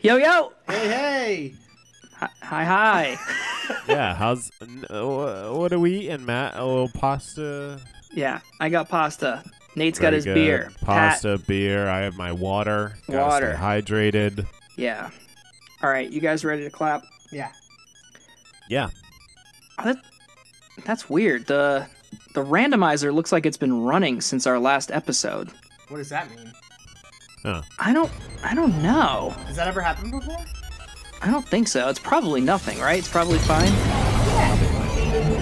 Yo yo! Hey, hey. Hi hi! hi. yeah, how's n- uh, what are we eating, Matt? A little pasta. yeah, I got pasta. Nate's got Very his good. beer. Pat- Pasta, beer. I have my water. Gotta Water. Stay hydrated. yeah. All right, you guys ready to clap? Yeah. Yeah. Oh, that that's weird. The the randomizer looks like it's been running since our last episode. What does that mean? Huh. I don't I don't know. Has that ever happened before? I don't think so. It's probably nothing, right? It's probably fine.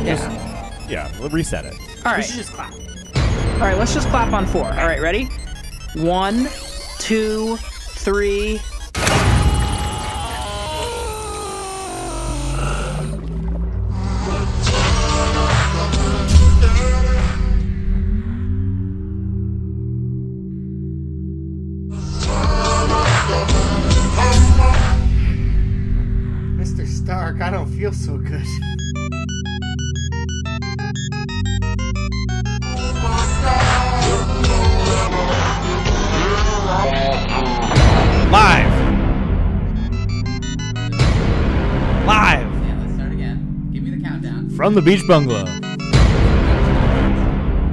Yeah. Yeah. We'll reset it. All We right. should just clap. All right. Let's just clap on four. All right. Ready? One, two, three. Mr. Stark, I don't feel so good. Live. Live Yeah, let's start again. Give me the countdown. from the beach bungalow.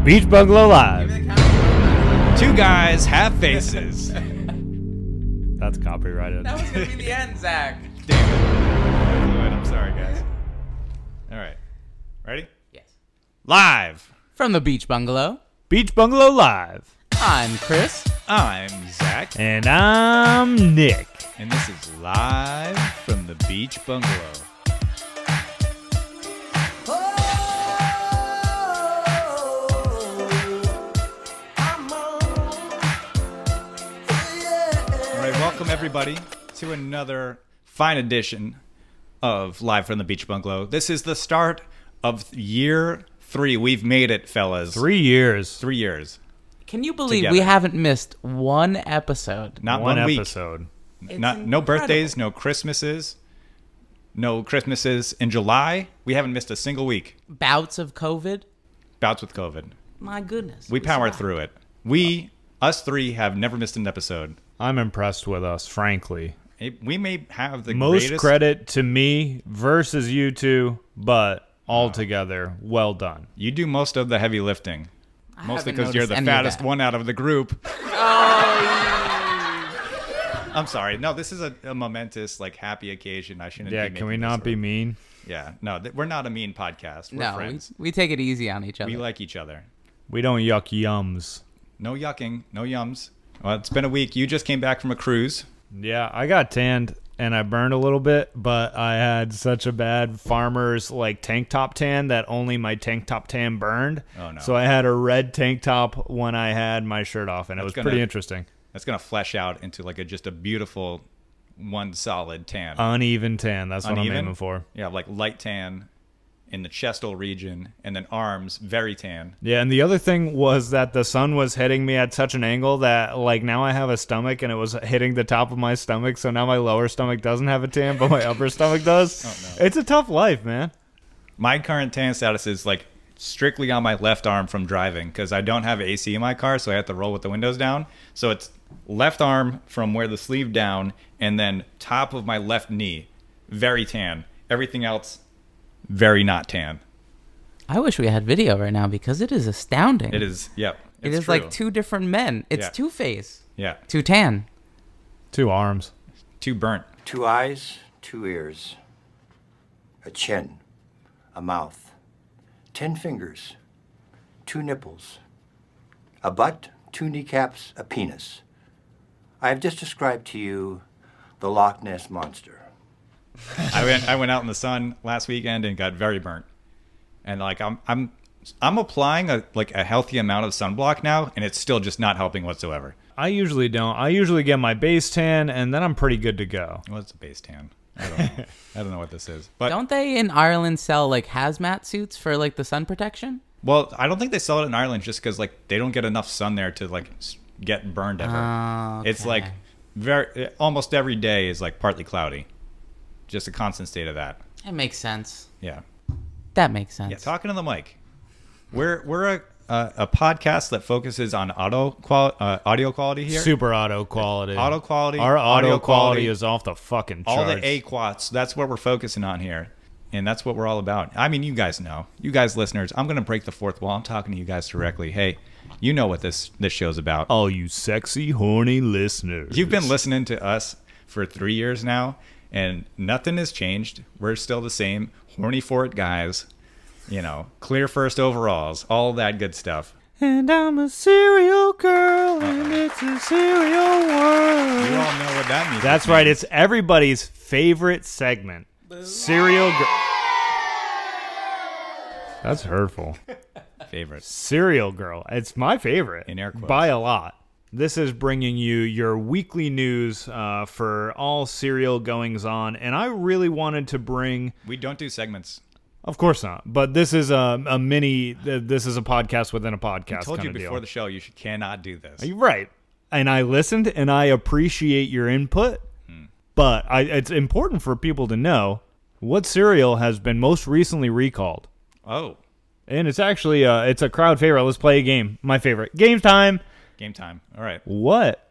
Beach bungalow Give live. me the countdown. Two guys have faces. That's copyrighted. That was gonna be the end, Zach. Blew it, I'm sorry, guys. All right. Ready? Yes. Live. From the beach bungalow, Beach bungalow live. I'm Chris. I'm Zach, And I'm Nick. and this is live from the beach bungalow. All right, welcome everybody to another fine edition of Live from the Beach Bungalow. This is the start of year three. We've made it, fellas. Three years. Three years. Can you believe we Together. haven't missed one episode? Not one, one, week. episode. It's Not no incredible. birthdays, no Christmases, no Christmases in July. We haven't missed a single week. Bouts of COVID. Bouts with COVID. My goodness. We power survived. through it. We, us three, have never missed an episode. I'm impressed with us, frankly. It- we may have the Most greatest, credit to me versus you two, but altogether, well done. You do most of the heavy lifting, mostly haven't because you're noticed the any of fattest that. Oh. one out of the group. I'm sorry. No, this is a, a momentous, like, happy occasion. I shouldn't. Yeah, be can we making not this be work. mean? Yeah, no, th- we're not a mean podcast. We're No, we, friends. we take it easy on each other. we like each other. We don't yuck yums. No yucking, no yums. Well, it's been a week. You just came back from a cruise. Yeah, I got tanned and I burned a little bit, but I had such a bad farmer's like tank top tan that only my tank top tan burned. Oh, no. So I had a red tank top when I had my shirt off, and it was gonna- pretty interesting. That's gonna flesh out into like a just a beautiful, one solid tan. Uneven tan. Uh, That's what I'm Uneven? aiming for. yeah, like light tan in the chestal region, and then arms very tan. Yeah, and the other thing was that the sun was hitting me at such an angle that like now I have a stomach and it was hitting the top of my stomach, so now my lower stomach doesn't have a tan, but my upper stomach does. Oh, no. It's a tough life, man. My current tan status is like strictly on my left arm from driving because I don't have AC in my car, so I have to roll with the windows down. So it's left arm from where the sleeve down, and then top of my left knee, very tan. Everything else, very not tan. I wish we had video right now because it is astounding. It is. Yep. It it's is like true. two different men. It's Yeah. Two Face, Yeah. Two Tan. Two arms. Too burnt. Two eyes, two ears, a chin, a mouth, ten fingers, two nipples, a butt, two kneecaps, a penis. I have just described to you the Loch Ness Monster. I went. I went out in the sun last weekend and got very burnt. And like I'm, I'm, I'm applying a like a healthy amount of sunblock now, and it's still just not helping whatsoever. I usually don't. I usually get my base tan and then I'm pretty good to go. Well, it's a base tan. I don't know. I don't know what this is. But Don't they in Ireland sell like hazmat suits for like the sun protection? well, I don't think they sell it in Ireland just because like they don't get enough sun there to like s- get burned ever. Oh, Uh, It's like very almost every day is like partly cloudy, just a constant state of that. It makes sense. Yeah. That makes sense. Yeah, talking to the mic. We're we're a, uh, a podcast that focuses on auto qual- uh, audio quality here. Super auto quality. Auto quality, Our audio, audio quality, quality. is off the fucking charts. all the AQUATs. That's what we're focusing on here. And that's what we're all about. I mean, you guys know. You guys listeners, I'm going to break the fourth wall. I'm talking to you guys directly. Hey, you know what this this show's about. all you sexy, horny listeners. You've been listening to us for 3 years now and nothing has changed. We're still the same horny for it guys. You know, clear first overalls, all that good stuff. And I'm a serial girl, and it's a serial You all world. know what that means. That's right. It's everybody's favorite segment. Serial girl. That's hurtful. favorite. Serial girl. It's my favorite. In air quotes. By a lot. This is bringing you your weekly news uh, for all serial goings on. And I really wanted to bring We don't do segments. Of course not. But this is a, a mini. th- This is a podcast within a podcast. I told you kinda before deal. the show you should, cannot do this. You're right. And I listened, and I appreciate your input. Hmm. But I, it's important for people to know what cereal has been most recently recalled. oh, And it's actually uh it's a crowd favorite. Let's play a game. My favorite game time. game time. All right. What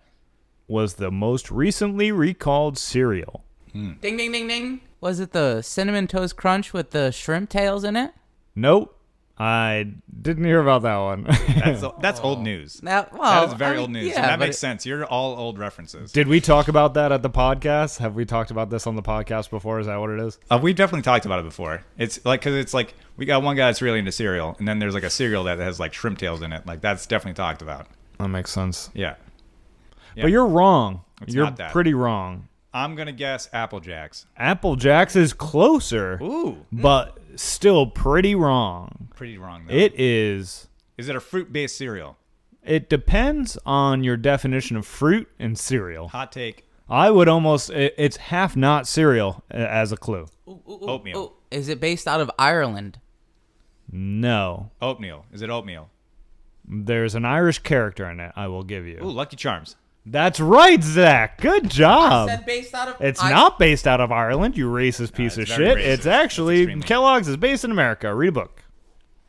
was the most recently recalled cereal? Ding, ding, ding, ding. Was it the cinnamon toast crunch with the shrimp tails in it? Nope, I didn't hear about that one. That's that's old news. That, well, That is Oh. I very mean, old news. Yeah, that but makes it- sense. You're all old references. Did we talk about that at the podcast? Have we talked about this on the podcast before? Is that what it is? Uh, we've definitely talked about it before. It's like because it's like we got one guy that's really into cereal, and then there's like a cereal that has like shrimp tails in it. Like that's definitely talked about. That makes sense. Yeah, Yeah. But you're wrong. It's you're not that. pretty wrong. I'm gonna guess Apple Jacks. Apple Jacks is closer, Ooh, but still pretty wrong. pretty wrong. Though. It is. is it a fruit-based cereal? It depends on your definition of fruit and cereal. Hot take. I would almost. It, it's half not cereal uh, as a clue. Ooh, ooh, ooh, Oatmeal. ooh. Is it based out of Ireland? No, Oatmeal. Is it oatmeal? Mm. there's an Irish character in it. I will give Ooh, you. Lucky Charms. That's right, Zach. Good job. based out of. It's not based out of Ireland, you racist piece of it's shit. very racist. It's actually That's extremely- Kellogg's is based in America. Read a book.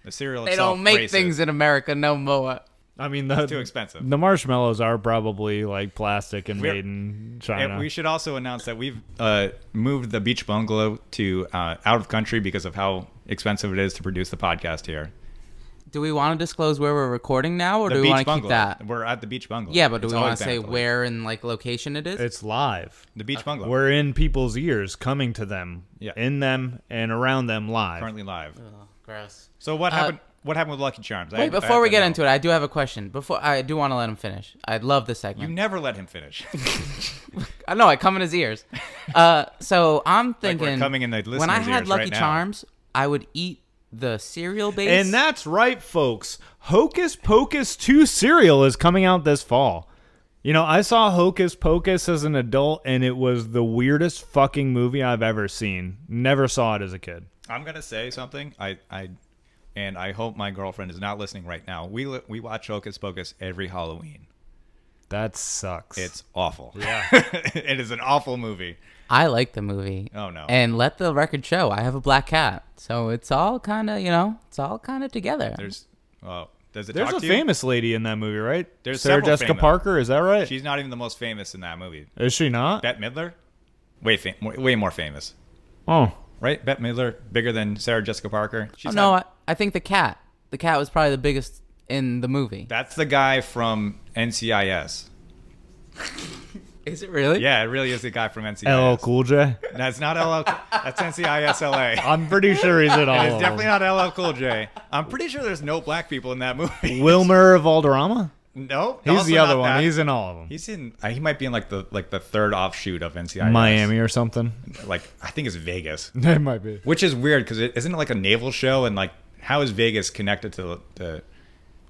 The cereal. They itself, don't make racist. things in America no more. I mean, the too expensive. The marshmallows are probably like plastic and We're- made in And China. we should also announce that we've uh, moved the beach bungalow to uh, out of country because of how expensive it is to produce the podcast here. Do we want to disclose where we're recording now, or The do we beach want to keep bungalow. that? We're at the beach bungalow. Yeah, but do It's we want always to been say at the- where Uh, and like location it is? it's live. The beach bungalow. We're in people's ears, coming to them, Yeah. in them and around them live. currently live. gross. So what happened? What happened with Lucky Charms? Uh, Wait, before we get into it, I do have a question. Before I do want to let him finish. I love this you segment. never let him finish. I know I come in his ears. Uh, so I'm we're thinking coming in the when I listener's had ears Lucky right now. Charms, I would eat the cereal base. and that's right, folks. Hocus Pocus 2 cereal is coming out this fall. You know, I saw Hocus Pocus as an adult, and it was the weirdest fucking movie I've ever seen. Never saw it as a kid. I'm gonna say something. I, I, and I hope my girlfriend is not listening right now. We li- we watch Hocus Pocus every Halloween. That sucks. It's awful. Yeah, it is an awful movie. I like the movie. Oh, no. And let the record show, I have a black cat, so it's all kind of you know, it's all kind of together. There's oh, does it there's talk a to famous lady in that movie, right? There's Sarah several Jessica famous. Parker. Is that you? right? She's not even the most famous in that movie. is she not? Bette Midler, way fam- way- way more famous, oh, right? Bette Midler bigger than Sarah Jessica Parker. Oh, She's no, not- I, I think the cat. The cat was probably the biggest in the movie. that's the guy from NCIS. Is it really? Yeah, it really is the guy from NCIS. LL Cool Oh. J. That's not LL. That's NCISLA. I'm pretty sure he's in all. It's of definitely them. not LL Cool J. I'm pretty sure there's no black people in that movie. Wilmer of Valderrama. no, He's also the other not one. that. He's in all of them. He's in. uh, He might be in like the like the third offshoot of NCIS. Miami or something. Like I think it's Vegas, It might be. which is weird because it isn't it like a naval show and like how is Vegas connected to the, the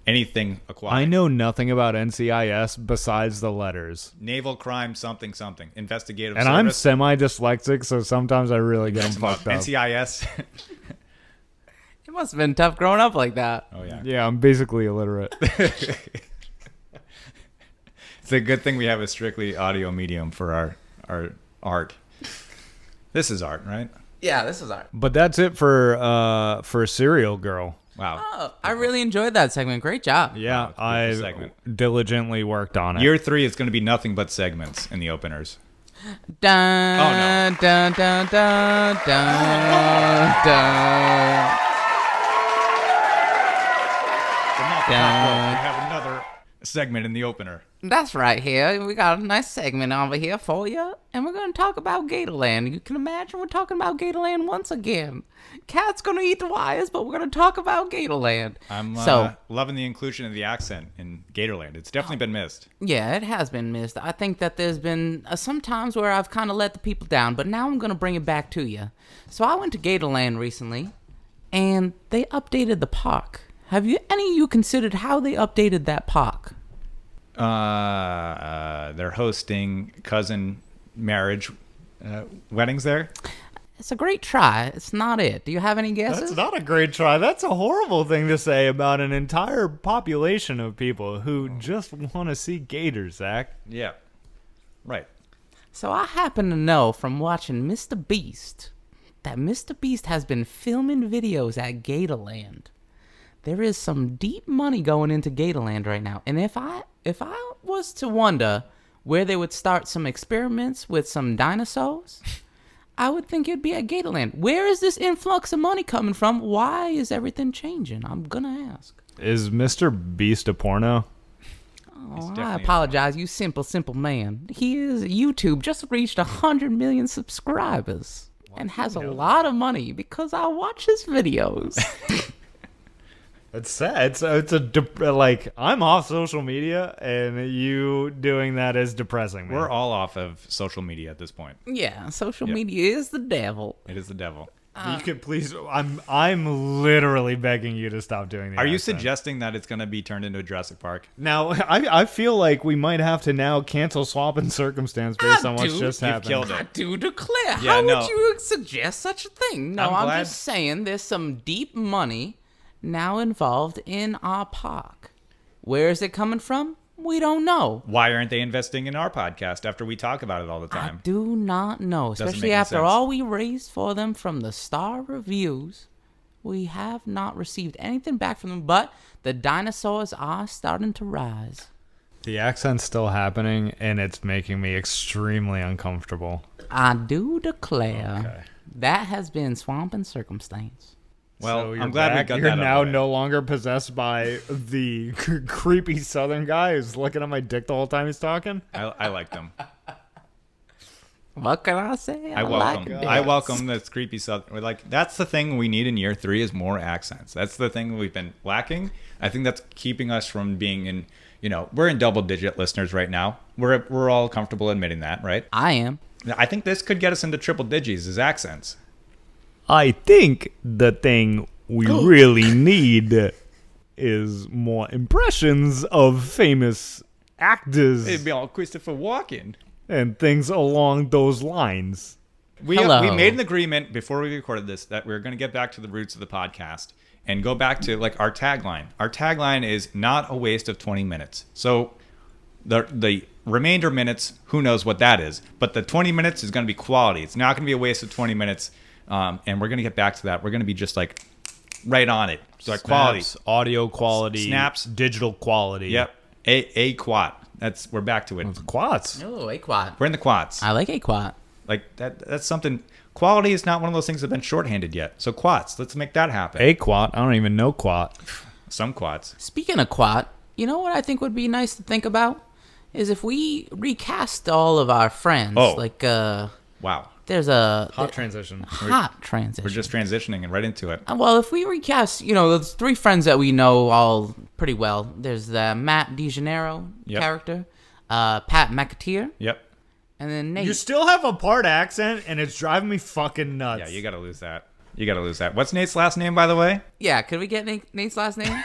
anything I aquatic? know nothing about NCIS besides the letters, Naval crime something something investigative. and I'm service. semi dyslexic, so sometimes I really get them Uh, fucked up. NCIS. It must have been tough growing up like that. oh yeah. Yeah, I'm basically illiterate. It's a good thing we have a strictly audio medium for our our art. This is art, right? Yeah, this is art. but that's it for uh for Serial Girl. Wow. Oh, I really enjoyed that segment. Great job. Yeah, it's a beautiful I segment. diligently worked on it. Year three is going to be nothing but segments in the openers. Dun, Oh, dun, dun, dun, dun, dun. The Mouth Yeah. Talk, We have another segment in the opener. That's right here. We got a nice segment over here for you, and we're going to talk about Gatorland. You can imagine we're talking about Gatorland once again. Cat's going to eat the wires, but we're going to talk about Gatorland. I'm uh, so loving the inclusion of the accent in Gatorland. It's definitely been missed. yeah, it has been missed. I think that there's been uh, some times where I've kind of let the people down, but now I'm going to bring it back to you. So I went to Gatorland recently, and they updated the park. Have you any of you considered how they updated that park? Uh, uh, they're hosting cousin marriage uh, weddings there. It's a great try. It's not it. Do you have any guesses? That's not a great try. That's a horrible thing to say about an entire population of people who just want to see gators, Zach. Yeah. Right. So I happen to know from watching Mr. Beast that Mr. Beast has been filming videos at Gatorland. There is some deep money going into Gatorland right now. And if I if I was to wonder where they would start some experiments with some dinosaurs, I would think it'd be at Gatorland. Where is this influx of money coming from? Why is everything changing? I'm gonna ask. Is Mr. Beast a porno? Oh, I definitely a apologize, you simple, simple man. He is YouTube just reached hundred million subscribers and has a lot of money because I watch his videos. It's sad. It's uh, it's a dep- like I'm off social media, and you doing that is depressing. man. We're all off of social media at this point. yeah, social Yep. media is the devil. It is the devil. Uh. you could please. I'm I'm literally begging you to stop doing that. Are you suggesting that it's going to be turned into a Jurassic Park? now? I I feel like we might have to now cancel swap and circumstance based Ah, on what's dude, just you've happened. killed it. I do declare. Yeah, How no. would you suggest such a thing? No, I'm I'm, glad- just saying there's some deep money now involved in our park. Where is it coming from? We don't know. Why aren't they investing in our podcast after we talk about it all the I time? do not know, Doesn't especially make any after sense. all we raised for them from the star reviews. We have not received anything back from them, but the dinosaurs are starting to rise. The accent's still happening, and it's making me extremely uncomfortable. I do declare that has been swamp and circumstance. Well, you're I'm glad back. we got You're that. out of now the way. no longer possessed by the creepy Southern guy who's looking at my dick the whole time he's talking. I, I like them. What can I say? I welcome. Like I this. welcome this creepy southern. We're like that's the thing we need in year three is more accents. That's the thing we've been lacking. I think that's keeping us from being in. You know, we're in double digit listeners right now. We're we're all comfortable admitting that, right? I am. I think this could get us into triple digits is accents. I think the thing we really need is more impressions of famous It'd actors be all Christopher Walken. and things along those lines. We Hello. we made an agreement before we recorded this that we are going to get back to the roots of the podcast and go back to like our tagline. Our tagline is not a waste of 20 minutes. So the the remainder minutes, who knows what that is, but the 20 minutes is going to be quality. It's not going to be a waste of 20 minutes. Um, and we're going to get back to that. We're going to be just like right on it. So like quality. audio quality, Snaps. digital quality. Yep. A a quad. That's we're back to it. Quats. Oh, Aquat. We're in the quads. I like Aquat. Like that that's something quality is not one of those things that's been shorthanded yet. So quads, let's make that happen. A quat. I don't even know quat. Some quads. Speaking of Quat, you know what I think would be nice to think about is if we recast all of our friends. Oh. Like, uh, Wow. there's a Hot transition. hot transition. We're just transitioning and right into it. Uh, well, if we recast, you know, those three friends that we know all pretty well. There's the Matt DeGenero Yep. character, uh, Pat McAteer, Yep. and then Nate. You still have a part accent, and it's driving me fucking nuts. Yeah, you got to lose that. You got to lose that. What's Nate's last name, by the way? yeah, could we get Nate, Nate's last name?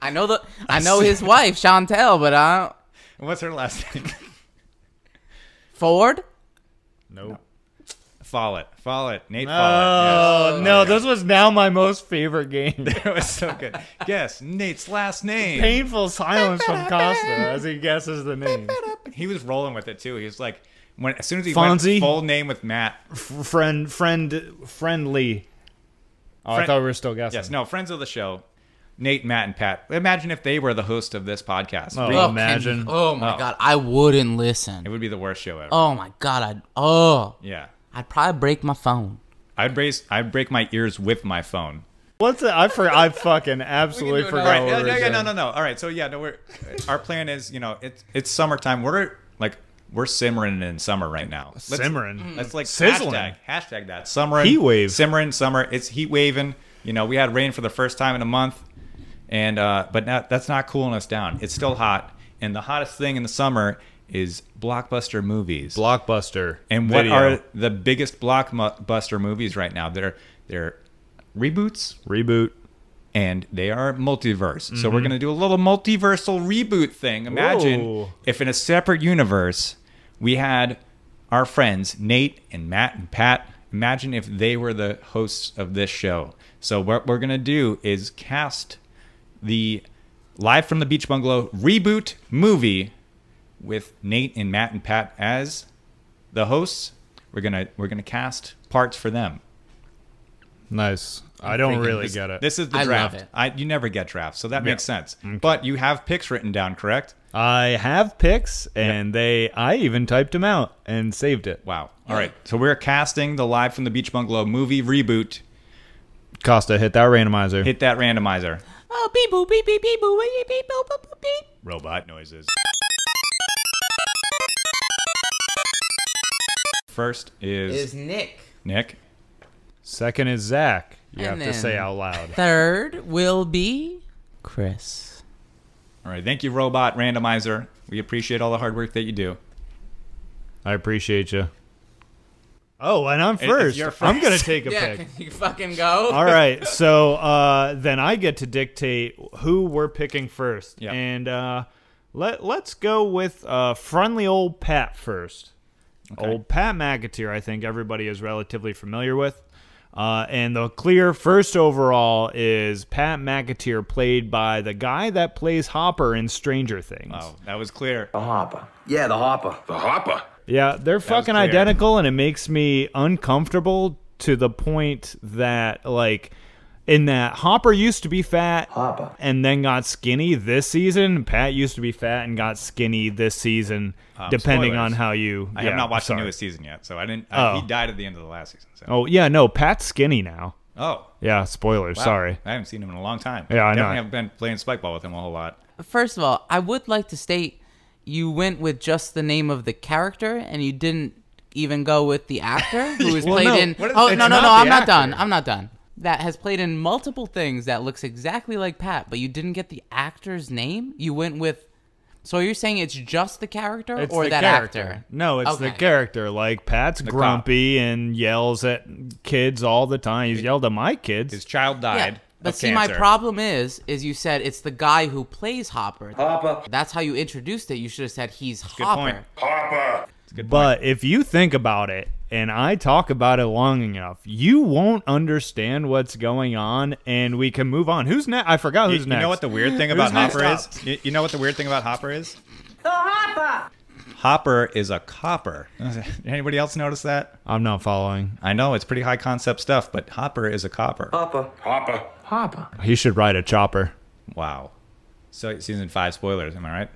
I know the I know his wife Chantel, but uh, I What's her last name? Ford. nope. Follett. Follett. Nate Follett. Oh, no, this was now my most favorite game. Yes. It was so good. Guess Nate's last name. Painful silence from Costa as he guesses the name. He was rolling with it too. He was like, when as soon as he Fonzie? went full name with Matt. Friend, friend, friendly. Oh, I Friend- thought we were still guessing. Yes, no, friends of the show. Nate, Matt, and Pat. Imagine if they were the host of this podcast. Oh, Re- Oh, can imagine. you- oh my Oh. god, I wouldn't It listen. would be the worst show ever. Oh my god, I'd oh, Yeah. I'd probably break my phone. I'd brace I'd break my ears with my phone. What's it? I for I fucking absolutely do it forgot. All right, what no, no, we were yeah, no, saying. no, no. All right, so yeah, no, we're our plan is, you know, it's it's summertime. We're like we're simmering in summer right now. Let's- mm-hmm. Simmering. That's like Sizzling. hashtag hashtag that summer Heat wave. simmering summer. It's heat waving. You know, we had rain for the first time in a month, and uh, but that, that's not cooling us down. It's still hot, and the hottest thing in the summer is blockbuster movies. Blockbuster. and what video. are the biggest blockbuster movies right now? They're they're reboots reboot? and they are multiverse. So we're going to do a little multiversal reboot thing. Imagine Ooh. if in a separate universe we had our friends Nate and Matt and Pat. Imagine if they were the hosts of this show. So what we're going to do is cast the Live from the Beach Bungalow reboot movie with Nate and Matt and Pat as the hosts. We're going to we're going to cast parts for them. Nice. I don't freaking- really This- get it. This is the I love draft. it. I, you never get drafts, so that Yeah. makes sense. But you have picks written down, correct? I have picks, and they I even typed them out and saved it. Wow. All right. So we're casting the Live from the Beach Bungalow movie reboot. Costa hit that randomizer. Hit that randomizer. Oh beep boop beep beep beep boop beep beep boop boop boop, beep. Robot noises. First is, Is Nick. Nick. Second is Zach. You have And to say then- out loud. Third will be Chris. All right. Thank you, Robot Randomizer. We appreciate all the hard work that you do. I appreciate you. Oh, and I'm it's 1st your I'm gonna first. take a pick. you fucking go? All right, so uh, then I get to dictate who we're picking first, Yeah. and uh, let let's go with uh, friendly old Pat first. Old Pat McAteer, I think everybody is relatively familiar with, uh, and the clear first overall is Pat McAteer, played by the guy that plays Hopper in Stranger Things. Oh, that was clear. Yeah, the hopper. The hopper? Yeah, they're fucking clear. identical, and it makes me uncomfortable to the point that, like, in that Hopper used to be fat and then got skinny this season. Pat used to be fat and got skinny this season, depending on Um, spoilers. how you. I yeah, have not watched sorry. the newest season yet, so I didn't. I, Oh. He died at the end of the last season. So. Oh yeah, no, Pat's skinny now. oh. Yeah, spoilers. Wow. Sorry. I haven't seen him in a long time. Yeah, I know. Definitely haven't been playing spike ball with him a whole lot. First of all, I would like to state you went with just the name of the character and you didn't even go with the actor who is Well, played no, in. what is- Oh it's no no not no! the I'm not actor. done. I'm not done. That has played in multiple things that looks exactly like Pat, but you didn't get the actor's name. You went with. So you're saying it's just the character It's or the that character. actor? No, it's the Okay. character. Like Pat's grumpy and yells at kids all the time. He's yelled at my kids. His child Yeah, died. But of see, my cancer. problem is, is you said it's the guy who plays Hopper. Hopper. That's how you introduced it. You should have said he's Good Hopper. point. But if you think about it, and I talk about it long enough, you won't understand what's going on, and we can move on. Who's next? I forgot You, who's you next. know what the weird thing about next Hopper up? is? You, you know what the weird thing about Hopper is? The Hopper. Hopper is a copper. Anybody else notice that? I'm not following. I know it's pretty high concept stuff, but Hopper is a copper. He should ride a chopper. Wow. So season five spoilers. Am I right?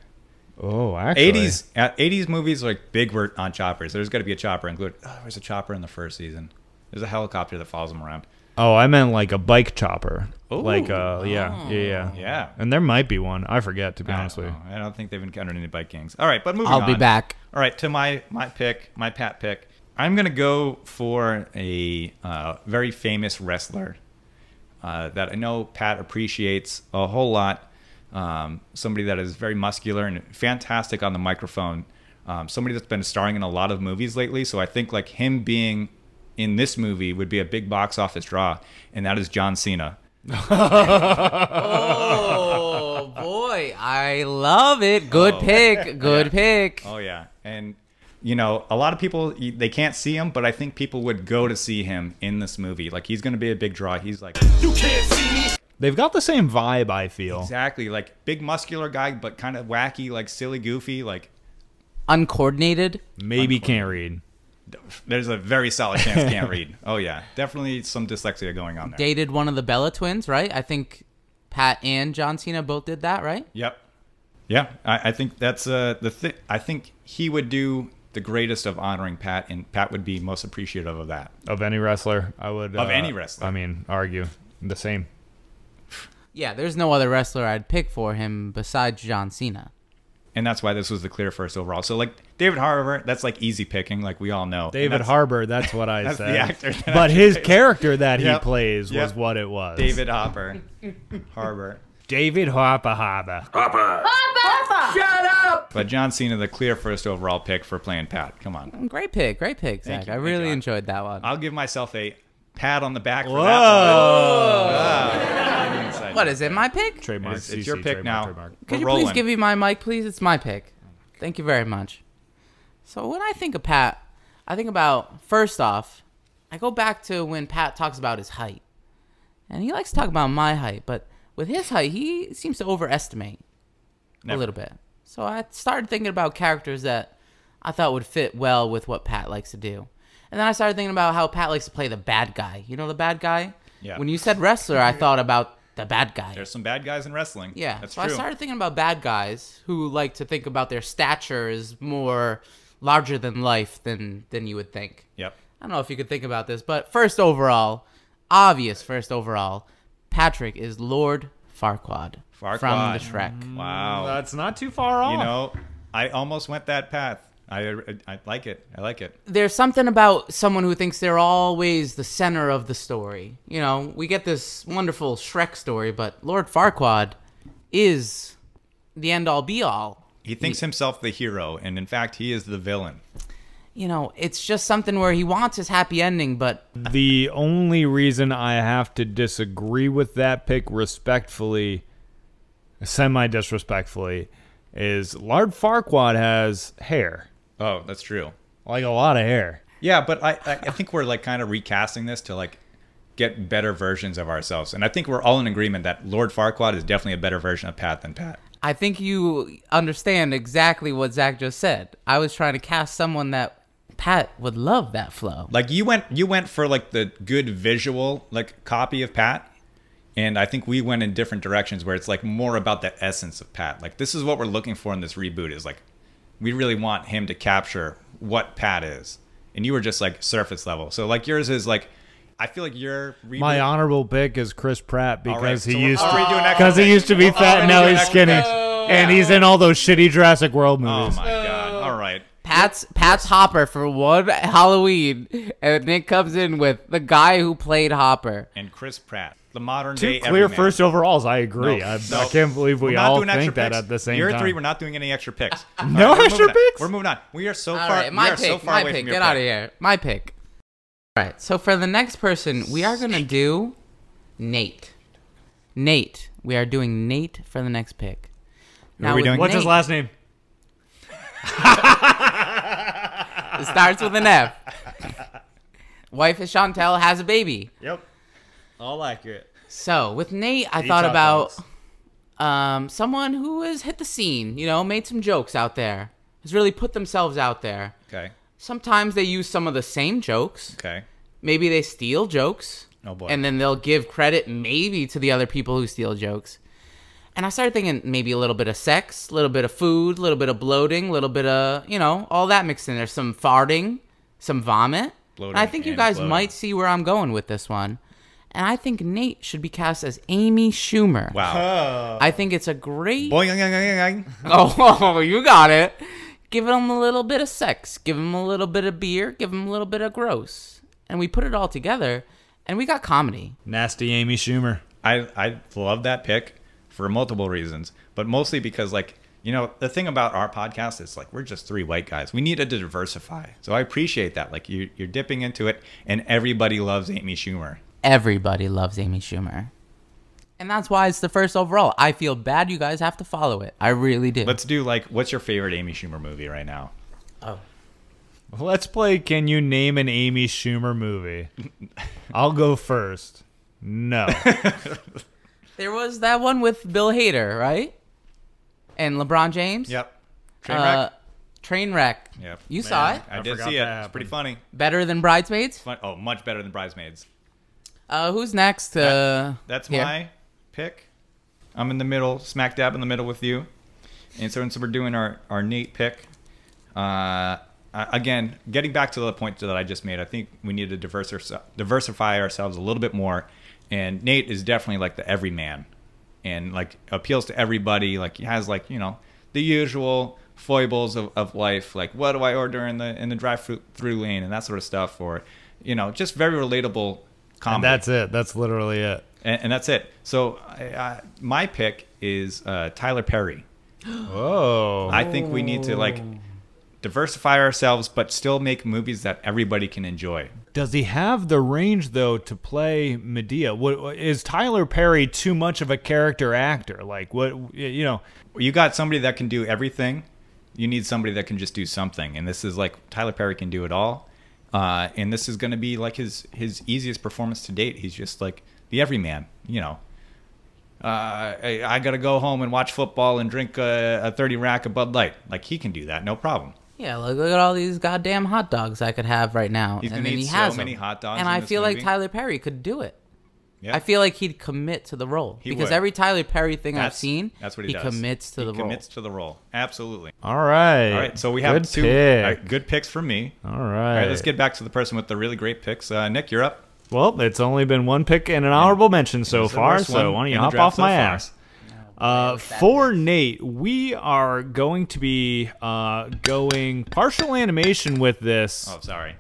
Oh, actually, Eighties. Eighties movies like big were on choppers. There's got to be a chopper included. Oh, there was a chopper in the first season. There's a helicopter that follows them around. Oh, I meant like a bike chopper. like, uh, yeah, yeah, yeah, Oh. Yeah. And there might be one. I forget to be I honest don't, with you. know. Oh, I don't think they've encountered any bike gangs. All right, but moving I'll on. be back. All right, to my my pick, my Pat pick. I'm gonna go for a uh, very famous wrestler uh, that I know Pat appreciates a whole lot. Um, somebody that is very muscular and fantastic on the microphone. Um, somebody that's been starring in a lot of movies lately. So I think like him being in this movie would be a big box office draw, and that is John Cena. Oh boy, I love it. Good pick. Good pick. Oh yeah, and you know, a lot of people y- they can't see him, but I think people would go to see him in this movie. Like he's going to be a big draw. He's like They've got the same vibe, I feel. exactly like big muscular guy, but kind of wacky, like silly, goofy. Like Uncoordinated. Maybe can't read. there's a very solid chance can't read. Oh yeah, definitely some dyslexia going on there. Dated one of the Bella twins, right? I think Pat and John Cena both did that, right? Yep. Yeah, I, I think that's uh, the thing. I think he would do the greatest of honoring Pat, and Pat would be most appreciative of that. Of any wrestler, I would. Of uh, any wrestler. I mean, argue the same. Yeah, there's no other wrestler I'd pick for him besides John Cena. And that's why this was the clear first overall. So like David Harbour, that's like easy picking, like we all know. David Harbour, that's what I that's said. the actor that but his character that Yep. he plays was Yep. what it was. David Harbour, Harbour. David Harper Harper. But John Cena, the clear first overall pick for playing Pat. Come on, Great pick, great pick, Zach. you, I thank really you. enjoyed that one. I'll give myself a pat on the back for that. one. what is it? My pick? Trademark. It's, it's your CC, pick trademark, now. trademark. Could We're you please rolling. give me my mic, please? It's my pick. Thank you very much. So when I think of Pat, I think about first off, I go back to when Pat talks about his height, and he likes to talk about my height, but with his height, he seems to overestimate a Never. little bit. So I started thinking about characters that I thought would fit well with what Pat likes to do, and then I started thinking about how Pat likes to play the bad guy. You know the bad guy. Yeah. When you said wrestler, I thought about the bad guy. There's some bad guys in wrestling. Yeah. that's so true. I started thinking about bad guys who like to think about their stature as more larger than life than than you would think. Yep. I don't know if you could think about this, but first overall, obvious first overall, Patrick is Lord Farquaad, from the Farquaad. Mm-hmm. Shrek. Wow. That's Mm, not too far off. You know, I almost went that path. I, I like it. I like it. there's something about someone who thinks they're always the center of the story. You know, we get this wonderful Shrek story, but Lord Farquaad is the end all be all. He thinks himself the hero, and in fact, he is the villain. You know, it's just something where he wants his happy ending, but The only reason I have to disagree with that pick respectfully, semi disrespectfully, is Lard Farquaad has hair. Oh, that's true. Like a lot of hair. Yeah, but I, I, I think we're like kind of recasting this to like get better versions of ourselves, and I think we're all in agreement that Lord Farquaad is definitely a better version of Pat than Pat. I think you understand exactly what Zach just said. I was trying to cast someone that Pat would love that flow. Like you went, you went for like the good visual like copy of Pat. And I think we went in different directions where it's like more about the essence of Pat. Like this is what we're looking for in this reboot is like we really want him to capture what Pat is. And you were just like surface level. So like yours is like I feel like your reboot My honorable pick is Chris Pratt All because right, he so we're used to already doing extra because he things. used to be We're fat already and now doing he's extra skinny, things. and he's in all those shitty Jurassic World Oh movies. my god. All right. Pat's Pat's Hopper for one Halloween, and Nick comes in with the guy who played Hopper. And Chris Pratt, the modern Two day clear everyman. first overalls. I agree. No, I, I no. can't believe we We're not all doing extra think that picks. at the same Year time. three, we're not doing any extra picks. No All we're extra moving on. picks? We're moving on. We are so All far. right, my we are pick, so far my away pick. from your Get pick. out of here. My pick. All right. So for the next person, we are gonna do Nate. Nate. We are doing Nate for the next pick. Now we with doing? What's his Nate- last name? It starts with an F. Wife is Chantel has a baby. Yep. All accurate. So with Nate, I thought hot about dogs. um, someone who has hit the scene. You know, made some jokes out there. Has really put themselves out there. Okay. Sometimes they use some of the same jokes. Okay. Maybe they steal jokes. Oh, boy. And then they'll give credit maybe to the other people who steal jokes. And I started thinking maybe a little bit of sex, a little bit of food, a little bit of bloating, a little bit of, you know, all that mixed in there. Some farting, some vomit. Bloating and I think you and guys bloating. might see where I'm going with this one. And I think Nate should be cast as Amy Schumer. Wow. I think it's a great Boing, boing, boing, boing, boing. Oh, you got it. Give him a little bit of sex. Give him a little bit of beer. Give him a little bit of gross. And we put it all together, and we got comedy. Nasty Amy Schumer. I I love that pick for multiple reasons, but mostly because like you know the thing about our podcast is like we're just three white guys. We needed to diversify, so I appreciate that. Like you you're dipping into it, and everybody loves Amy Schumer. Everybody loves Amy Schumer. And that's why it's the first overall. I feel bad you guys have to follow it. I really do. Let's do like what's your favorite Amy Schumer movie right now? oh. Let's play. Can you name an Amy Schumer movie? I'll go first. No. There was that one with Bill Hader, right? And LeBron James. Yep. Train wreck. Uh, Trainwreck. Yep. You saw it. I, I did forgot see it. that It's pretty funny. Better than Bridesmaids. Fun- Oh, much better than Bridesmaids. Uh, who's next? Uh, That's here? my pick. I'm in the middle, smack dab in the middle with you. And so, and so we're doing our, our Nate pick. Uh, I- again, getting back to the point that I just made, I think we need to diverser, diversify ourselves a little bit more. And Nate is definitely like the everyman and like appeals to everybody. Like he has like, you know, the usual foibles of, of life. Like what do I order in the, in the drive through lane and that sort of stuff. Or, you know, just very relatable And comedy that's it. That's literally it. and, and that's it. So I, I, my pick is uh, Tyler Perry. Oh. I think we need to like diversify ourselves, but still make movies that everybody can enjoy. Does he have the range though to play Medea? What is Tyler Perry too much of a character actor? Like what you know? You got somebody that can do everything. You need somebody that can just do something, and this is like Tyler Perry can do it all. Uh, and this is going to be like his his easiest performance to date. He's just like the everyman, you know. Uh, I, I got to go home and watch football and drink a, a thirty rack of Bud Light. Like he can do that, no problem. Yeah, look, look at all these goddamn hot dogs I could have right now. He's and gonna then eat he so has 'em. many hot dogs And in I this feel like movie. Tyler Perry could do it. Yeah. I feel like he'd commit to the role He because would. every Tyler Perry thing I've That's- seen, That's what he he, does. commits to He the commits to the role. Absolutely. All right. All right. So we have Good two pick. all right, good picks from me. All All All right. Let's get back to the person with the really great picks. Uh, Nick, you're up. Well, it's only been one pick and an honorable mention so It's the far. worst one So why don't in you the hop draft off so my far. ass? Uh, for Nate, we are going to be uh, going partial animation with this, Oh, sorry.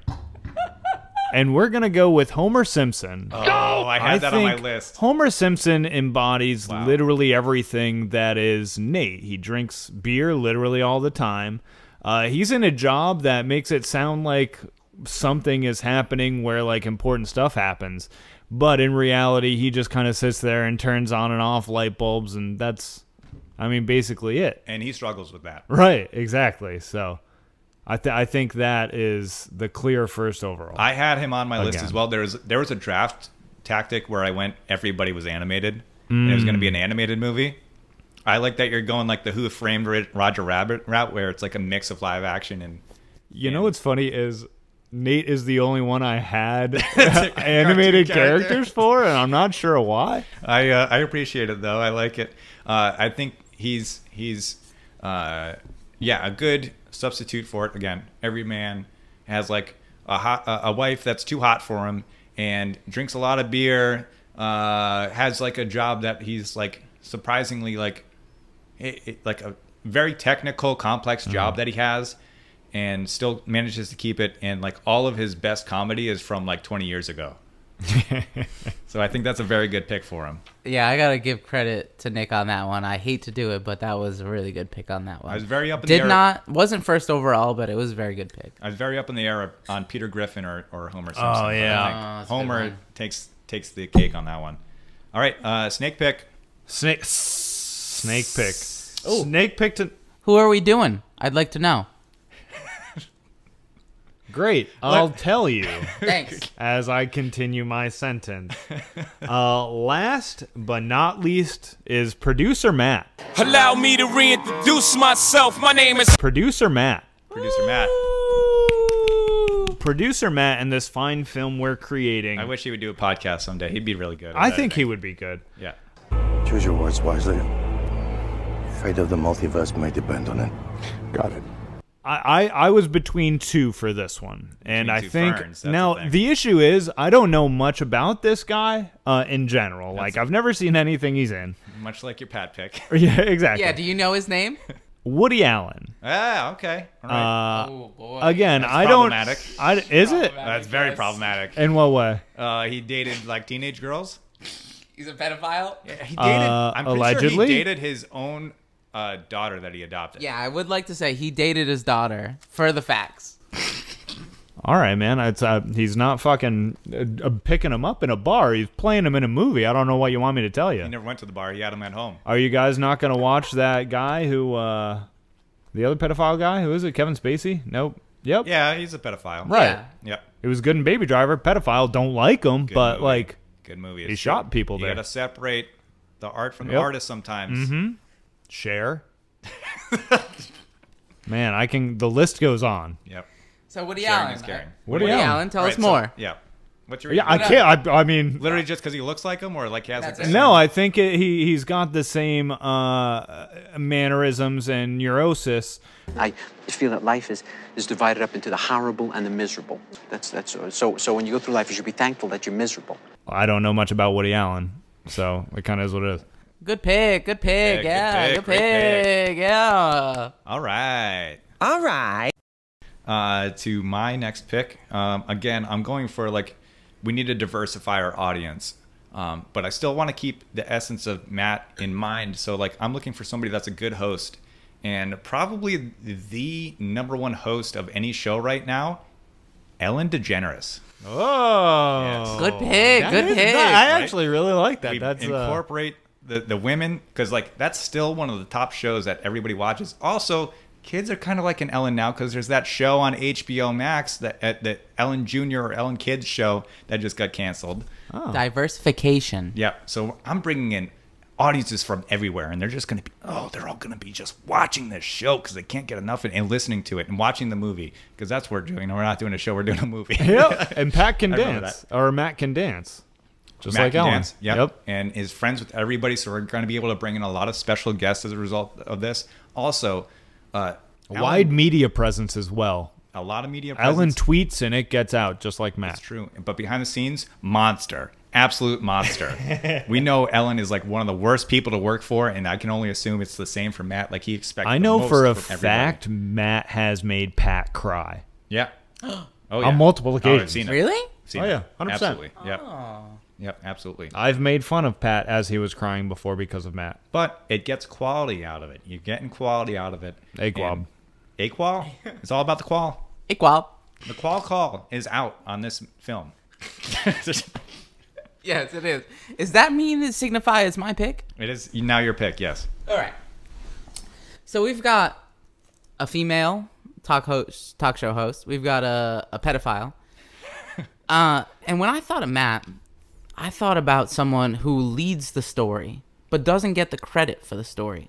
and we're gonna go with Homer Simpson. Oh, I had that on my think list. Homer Simpson embodies literally everything that is Nate. He drinks beer literally all the time. Uh, he's in a job that makes it sound like something is happening where like important stuff happens. But in reality, he just kind of sits there and turns on and off light bulbs, and that's, I mean, basically it. And he struggles with that. Right, exactly. So I, th- I think that is the clear first overall. I had him on my list Again. as well. There was there was a draft tactic where I went everybody was animated and it was going to be an Mm. animated movie. I like that you're going like the Who Framed Ra- Roger Rabbit route where it's like a mix of live action and You know what's funny is Nate is the only one I had a animated cartoon character. characters for, and I'm not sure why. I uh, I appreciate it though. I like it. Uh, I think he's he's uh, yeah a good substitute for it. Again, every man has like a hot, a a wife that's too hot for him and drinks a lot of beer. Uh, has like a job that he's like surprisingly like it, it, like a very technical, complex job that he has, and still manages to keep it. And like all of his best comedy is from like 20 years ago. so I think that's a very good pick for him. role. Yeah, I gotta give credit to Nick on that one. I hate to do it, but that was a really good pick on that one. I was very up in Did the air. not wasn't first overall, but it was a very good pick. I was very up in the air on Peter Griffin or, or Homer Simpson. but I yeah. think Oh, that's a good Homer one. takes takes the cake on that one. All right, uh, snake pick. Snake, snake pick, snake pick to Who are we doing? I'd like to know. great. I'll tell you Thanks. as I continue my sentence. Uh, last but not least is producer Matt. Allow me to reintroduce myself. My name is Producer Matt. Producer Matt. Producer Matt and this fine film we're creating. I wish he would do a podcast someday. He'd be really good. at I that, think he would be good. Yeah. Choose your words wisely. Fate of the multiverse may depend on it. Got it. I, I, I was between two for this one, and Between I two think ferns, that's the now thing. the issue is I don't know much about this guy uh, in general. like I've never seen anything he's in. Much like your Pat pick. yeah, exactly. yeah, do you know his name? Woody Allen. ah, okay. All Uh, right. oh boy. Again, That's I don't. problematic. I, is it That's very problematic. in what way? Uh, he dated like teenage girls. He's a pedophile. He dated. Uh, I'm pretty sure allegedly? he dated his own uh, daughter that he adopted. Yeah, I would like to say he dated his daughter for the facts. All right, man. It's, uh, he's not fucking uh, uh, picking him up in a bar. He's playing him in a movie. I don't know what you want me to tell you. He never went to the bar. He had him at home. Are you guys not going to watch that guy who, uh, the other pedophile guy? Who is it? Kevin Spacey? Nope. Yep. Yeah, he's a pedophile. Right. Yeah. Yep. It was good in Baby Driver. Pedophile, don't like him, Good but movie. like, good movie. he shot people You there. gotta separate the art from the Yep. Mm-hmm. artist sometimes. share. Man, I can. The list goes on. Yep. So Woody Sharing Allen. uh, is caring. What do Woody you? Allen, tell Right, us so- more. yeah. What's your Yeah, I can't. I, I mean, literally just because he looks like him, or like he has like That's the it. No, I think it, he he's got the same uh, mannerisms and neurosis. I feel that life is, is divided up into the horrible and the miserable. That's, that's, so, so when you go through life, you should be thankful that you're miserable. I don't know much about Woody Allen, so it kind of is what it is. Good pick. Good pick. pick, good yeah. pick, Good pick. great pick. Yeah. All right. All right. Uh, to my next pick. Um, again, I'm going for like we need to diversify our audience, um, but I still want to keep the essence of Matt in mind. So like I'm looking for somebody that's a good host, and probably the number one host of any show right now, Ellen DeGeneres. Oh, Good pick. good pick. I actually really like that. we That's uh, incorporate the, the women because like that's still one of the top shows that everybody watches also kids are kind of like an ellen now because there's that show on hbo max that at the ellen junior or ellen kids show that just got canceled Oh. Diversification. yeah so i'm bringing in audiences from everywhere and they're just gonna be oh they're all gonna be just watching this show because they can't get enough and, and listening to it and watching the movie because that's what we're doing we're not doing a show we're doing a movie yep. And Pat can I remember dance, or Matt can dance, just Matt like can Ellen. dance, Yep. And is friends with everybody. So we're going to be able to bring in a lot of special guests as a result of this. Also, uh, Ellen- Wide media presence as well. a lot of media. Ellen presence. tweets and it gets out just like Matt. It's true. But behind the scenes, monster. Absolute monster. we know Ellen is like one of the worst people to work for, and I can only assume it's the same for Matt. Like he expects. I the know most for a from everybody. fact Matt has made Pat cry. Yeah. Oh, On multiple Oh, I've occasions. seen it. Really? Seen Oh, it. yeah. 100%. Absolutely. Yep. Yep. Absolutely. I've made fun of Pat as he was crying before because of Matt. but it gets quality out of it. You're getting quality out of it. A qual. And- A qual? It's all about the qual. Equal. The qual call is out on this film. it Yes, it is. Is that mean it signify it's my pick? is now your pick, yes. All right. So we've got a female talk host, talk show host. We've got a, a pedophile. uh, and when I thought of Matt, I thought about someone who leads the story but doesn't get the credit for the story.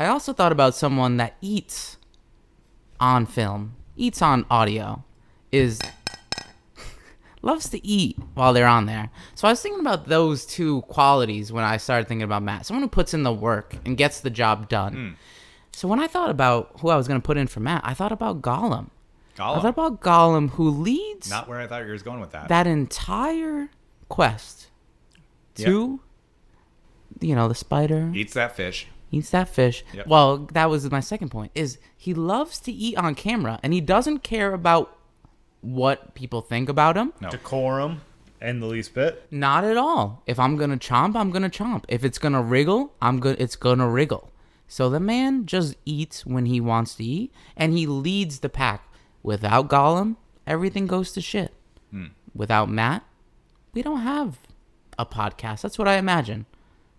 I also thought about someone that eats on film, eats on audio, is loves to eat while they're on there. So I was thinking about those two qualities when I started thinking about Matt. Someone who puts in the work and gets the job done. So when I thought about who I was going to put in for Matt, I thought about Gollum. I Gollum. thought about Gollum, who leads Oh. Not where I thought you were going with that. that entire quest to, you know, the spider Eats that fish. eats that fish. Yep. Well, that was my second point. Is he loves to eat on camera and he doesn't care about what people think about him. Decorum and the least bit. Not at all. If I'm gonna chomp, I'm gonna chomp. If it's gonna wriggle, I'm good. It's gonna wriggle. So the man just eats when he wants to eat, and he leads the pack. Without Gollum, everything goes to shit. Hmm. Without Matt, we don't have a podcast. That's what I imagine.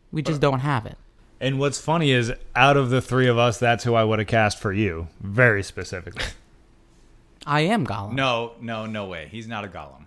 We just don't have it. And what's funny is, out of the three of us, that's who I would have cast for you, very specifically. I am Gollum. No, no, no way. He's not a Gollum.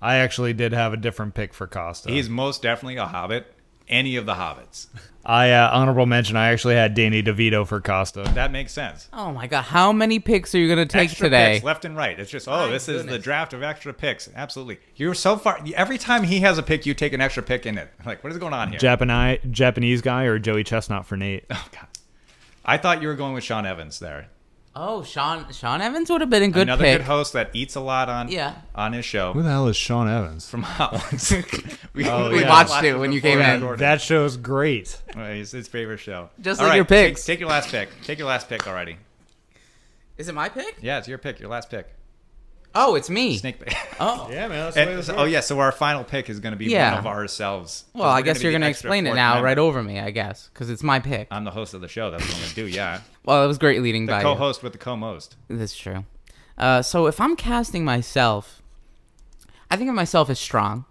I actually did have a different pick for Costa. He's most definitely a hobbit. Any of the hobbits. I uh, honorable mention. I actually had Danny DeVito for Costa. That makes sense. Oh my god, how many picks are you gonna take Extra today? picks left and right. It's just, oh, this is the draft of extra picks. Absolutely. You're so far. Every time he has a pick, you take an extra pick in it. Like, what is going on here? Japanese Japanese guy or Joey Chestnut for Nate. I thought you were going with Sean Evans there. Oh, Sean Sean Evans would have been a good Another pick. good host that eats a lot on Yeah. on his show. Who the hell is Sean Evans? from Hot Ones. we, We Oh, yeah. watched it when you came before we in. recorded. That show's great. it's his favorite show. Just All like your take- picks. Take, your last pick. Take your last pick already. Is it my pick? Yeah, it's your pick. Your last pick. Oh, it's me. Snake pick. Oh, Yeah, man. That's And- oh yeah. So our final pick is going to be Yeah. one of ourselves. 'Cause well, I we're guess gonna you're be going to the extra explain it fourth now member. right over me, I guess, because it's my pick. I'm the host of the show. That's what I'm going to do. Yeah. well, it was great leading The by you. co-host with the co-most. That's true. Uh, so if I'm casting myself, I think of myself as strong,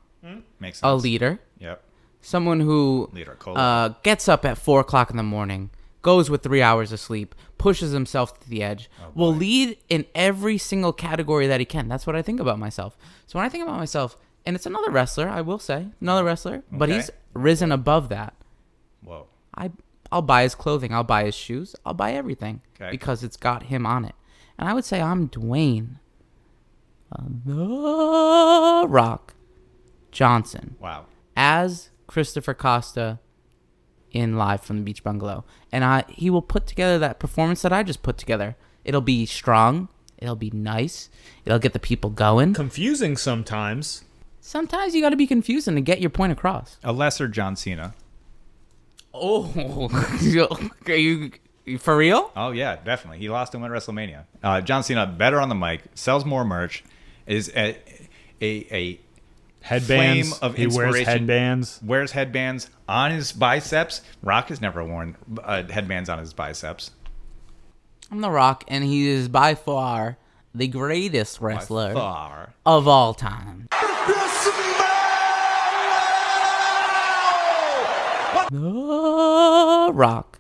Makes sense. a leader, Yep. someone who Leader. Cola. uh, gets up at four o'clock in the morning, goes with three hours of sleep, pushes himself to the edge, Oh, will lead in every single category that he can. That's what I think about myself. So when I think about myself, and it's another wrestler, I will say, another wrestler, but Okay. he's risen above that. Whoa. I I'll buy his clothing, I'll buy his shoes, I'll buy everything Okay. because it's got him on it. And I would say I'm Dwayne uh, The Rock Johnson Wow. as Christopher Costa in Live from the Beach Bungalow. And I he will put together that performance that I just put together. It'll be strong, it'll be nice, it'll get the people going. Confusing sometimes. Sometimes you got to be confusing to get your point across. A lesser John Cena. Oh, are you you for real? Oh yeah, definitely. He lost him at WrestleMania. Uh, John Cena better on the mic, sells more merch, is a a, a Headbands. flame of he wears inspiration. headbands. wears headbands on his biceps. Rock has never worn uh, headbands on his biceps. I'm The Rock, and he is by far the greatest wrestler Far. of all time. The Rock.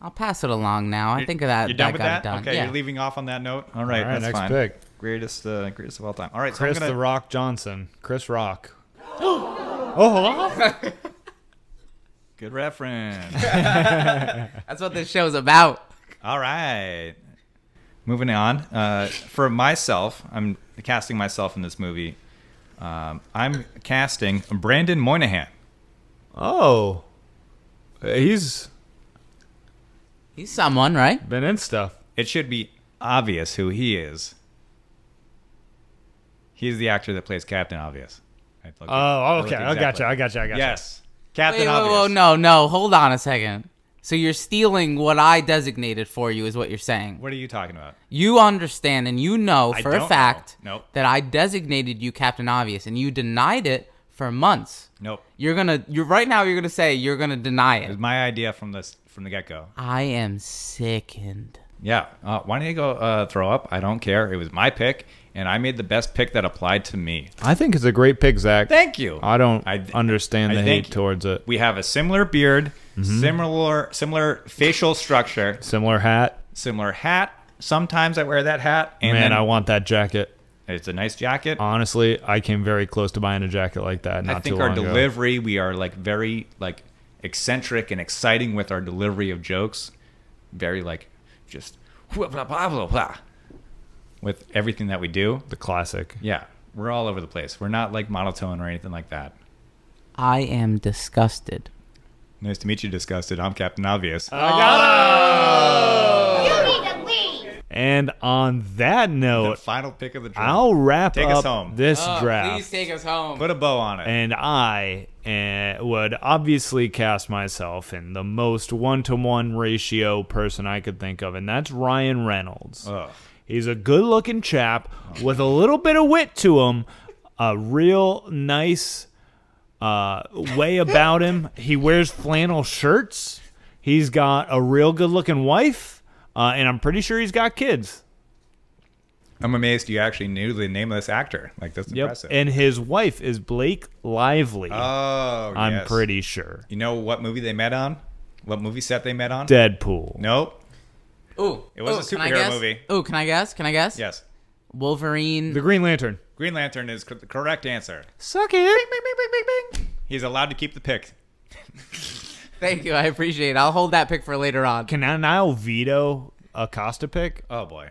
I'll pass it along now. I think of that. You're done that with got that? it done. Okay, yeah. you're leaving off on that note. All right, All right, that's next fine. pick. Greatest, uh, greatest of all time. All right, Chris so I'm the gonna, Rock Johnson. Chris Rock. oh, hello. good reference. That's what this show's about. All right. Moving on. Uh, for myself, I'm casting myself in this movie. Um, I'm casting Brandon Moynihan. Oh, he's He's someone, right? been in stuff. It should be obvious who he is. He's the actor that plays Captain Obvious. I looked- I Oh, looked okay. I exactly- gotcha. I gotcha. I gotcha. Yes. Captain Wait, whoa, Obvious. whoa, no, no. Hold on a second. So you're stealing what I designated for you, is what you're saying. What are you talking about? You understand and you know I for a don't fact know. Nope. that I designated you Captain Obvious and you denied it for months. Nope. You're gonna you're right now you're gonna say you're gonna deny It was it. my idea from this from the get go. I am sickened. Yeah. Uh, why don't you go uh, throw up? I don't care. It was my pick, and I made the best pick that applied to me. I think it's a great pick, Zach. Thank you. I don't I th- understand I the think- hate Mm-hmm. towards it. We have a similar beard, similar similar facial structure, Similar hat. similar hat. Sometimes I wear that hat, and Man, then I want that jacket. it's a nice jacket. Honestly, I came very close to buying a jacket like that. Not I think too our long ago. delivery, we are like very like eccentric and exciting with our delivery of jokes. Very like just blah blah blah blah blah. With everything that we do, The classic. yeah, we're all over the place. We're not like monotone or anything like that. I am disgusted. Nice to meet you, disgusted. I'm Captain Obvious. And on that the note, final pick of the draft. I'll wrap Take up us home. this draft. Uh, Please take us home. Put a bow on it. and I eh, would obviously cast myself in the most one to one ratio person I could think of, and that's Ryan Reynolds. Ugh. He's a good looking chap with a little bit of wit to him, a real nice uh, way about him. He wears flannel shirts, he's got a real good looking wife, uh, and I'm pretty sure he's got kids. I'm amazed you actually knew the name of this actor. Like that's impressive. And his wife is Blake Lively, oh, I'm yes. pretty sure. You know what movie they met on? What movie set they met on? Deadpool. Nope. Ooh, It was ooh, a can I superhero guess? movie. Ooh, can I guess? Can I guess? Yes. Wolverine. The Green Lantern. Green Lantern is c- the correct answer. Suck it. He's allowed to keep the pick. Thank you, I appreciate it. I'll hold that pick for later on. Can I now veto a Costa pick? Oh boy,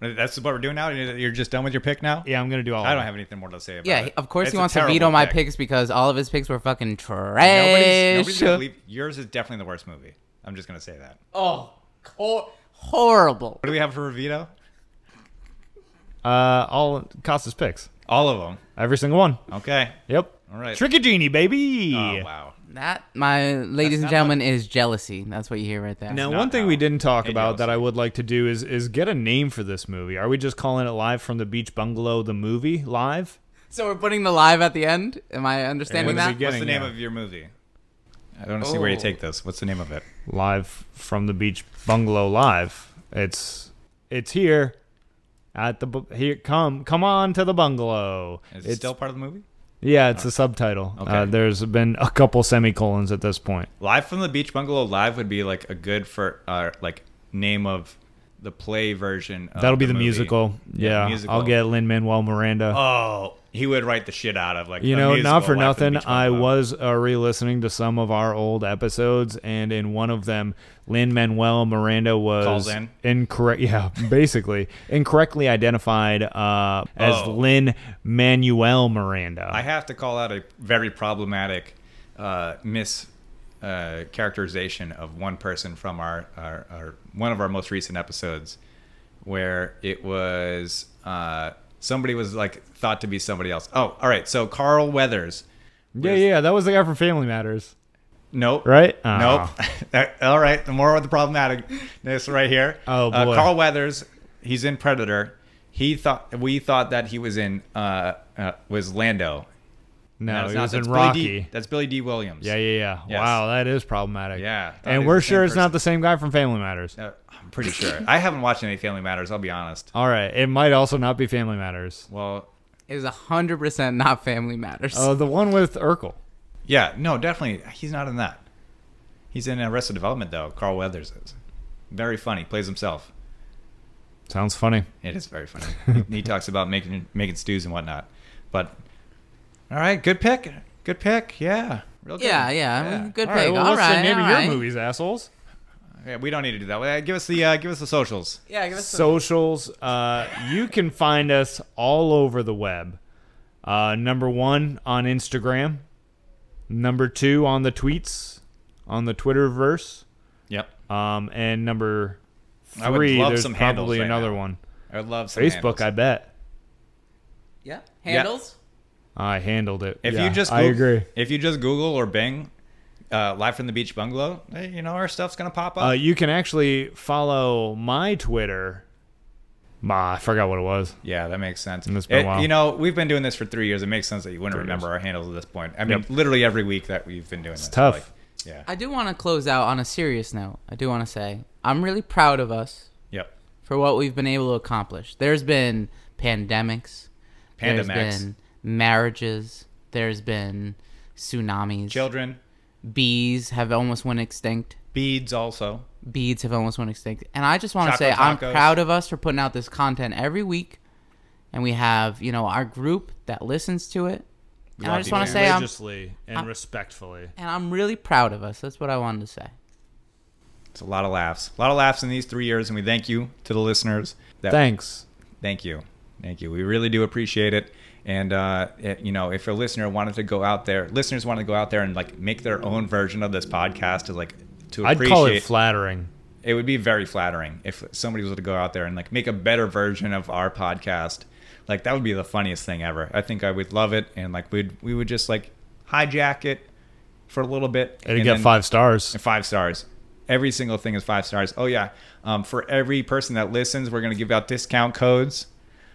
that's what we're doing now. You're you're just done with your pick now. Yeah, I'm gonna do all. I don't of have anything more to say about yeah, it. he- of course It's he a wants to terrible veto my pick. picks because all of his picks were fucking Nobody's, trash. nobody's gonna believe yours is definitely the worst movie. I'm just gonna say that. oh, hor- horrible. What do we have for a veto? it. Uh, all Costa's picks. All of them. Every single one. Okay. Yep. All right. Tricky genie, baby. Oh wow. That, my ladies and not gentlemen, is jealousy. That's what you hear right there. Now, not one thing we how didn't talk it about goes. that I would like to do is is get a name for this movie. Are we just calling it Live from the Beach Bungalow, the movie live? So we're putting the live at the end. Am I understanding What's that? the What's the name yeah. of your movie? I don't see where you Oh. take this. What's the name of it? Live from the Beach Bungalow live. It's it's here at the bu- here come come on to the bungalow. Is it it's still part of the movie? Yeah, it's a subtitle. Uh, Okay. there's been a couple semicolons at this point. Live from the Beach Bungalow Live would be like a good for uh, like name of the play version. Of That'll be the, movie. musical. Yeah, musical. I'll get Lin Manuel Miranda. Oh, he would write the shit out of like. You a know, musical not for Live from the nothing, Beach I Bungalow. was uh, re-listening to some of our old episodes, and in one of them, Lin Manuel Miranda was Calls in? incorrect. Yeah, basically incorrectly identified uh, as Oh. Lin Manuel Miranda. I have to call out a very problematic uh, mis uh, characterization of one person from our, our, our one of our most recent episodes, where it was uh, somebody was like thought to be somebody else. Oh, all right. So Carl Weathers. yeah, yeah, that was the guy from Family Matters. Nope. Right? Ah, Nope. All right. The more of the problematicness right here. Oh, boy. Uh, Carl Weathers. He's in Predator. He thought we thought that he was in uh, uh, was Lando. No, That he is not- was in that's Rocky. Billy D, that's Billy D. Williams. Yeah, yeah, yeah. Yes. Wow, that is problematic. Yeah, thought he was And we're the same sure it's not person. the same guy from Family Matters. Uh, I'm pretty sure. I haven't watched any Family Matters. I'll be honest. All right, it might also not be Family Matters. Well, Is a hundred percent not Family Matters. Oh, the one with Urkel. yeah, no, definitely, he's not in that. He's in Arrested Development though. Carl Weathers is very funny. Plays himself. Sounds funny. It is very funny. he talks about making making stews and whatnot. But all right, good pick. Good pick. Yeah. Real good. yeah, yeah, I mean, good All pick. right, well, all let's say right, name all your right. movies, assholes. Yeah, we don't need to do that. Uh, Give us the uh, give us the socials. Yeah, give us so Socials. Uh, you can find us all over the web. Uh, number one on Instagram. Number two on the tweets, on the Twitterverse. Yep. Um, and number three, I would love there's some handles probably right another now. one. I would love some Facebook, handles. I bet. yeah handles. I handled it. If Yeah, you just I Goog- agree. If you just Google or Bing, uh, live from the beach bungalow, eh, you know our stuff's gonna pop up. Uh, you can actually follow my Twitter. Ma, I forgot what it was. Yeah, that makes sense. It's been a It- while. You know, we've been doing this for three years. It makes sense that you wouldn't remember our handles at this point. I mean, Yep. literally every week that we've been doing this. tough. like, yeah. I do want to close out on a serious note. I do want to say I'm really proud of us yep. for what we've been able to accomplish. There's been pandemics, there's Pandemics. been marriages, there's been tsunamis. Children, Bees have almost went extinct. beads also. Beads have almost went extinct. And I just want to Choco say I'm tacos. proud of us for putting out this content every week. And we have, you know, our group that listens to it. and I love just you, want to man. say I'm and respectfully. and I'm really proud of us. That's what I wanted to say. It's a lot of laughs. A lot of laughs in these three years, and we thank you to the listeners. That, Thanks. Thank you. Thank you. We really do appreciate it. And, uh, it- you know, if a listener wanted to go out there, listeners wanted to go out there and, like, make their own version of this podcast to, like, to I'd appreciate call it flattering. it would be very flattering if somebody was to go out there and like make a better version of our podcast. Like that would be the funniest thing ever. I think I would love it, and like we'd we would just like hijack it for a little bit. It'd and get then- five stars. Five stars. Every single thing is five stars. Oh yeah. Um, for every person that listens, we're gonna give out discount codes.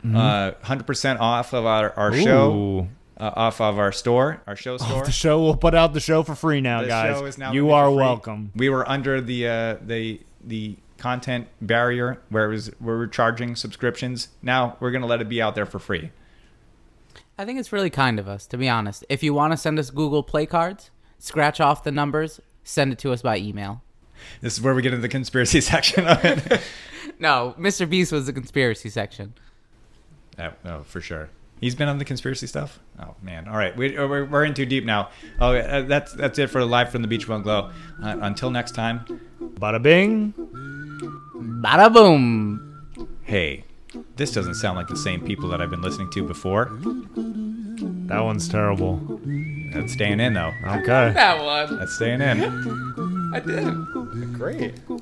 Uh, hundred percent off of our, our show, Mm-hmm. Ooh. uh, off of our store, our show store. The show will put out the show for free now, The guys. show is now you gonna be are for free. welcome. We were under the uh, the the content barrier where it was where we're charging subscriptions. Now we're gonna let it be out there for free. I think it's really kind of us, to be honest. If you want to send us Google Play cards, scratch off the numbers, send it to us by email. This is where we get into the conspiracy section of it. No, Mr. Beast was the conspiracy section. oh, oh, for sure. He's been on the conspiracy stuff. Oh man! All right, we, uh, we're, we're in too deep now. Oh, uh, that's that's it for live from the beach bungalow. Uh, until next time. Bada bing. Bada boom. Hey, this doesn't sound like the same people that I've been listening to before. That one's terrible. That's staying in though. Okay. That one. That's staying in. I did. Great.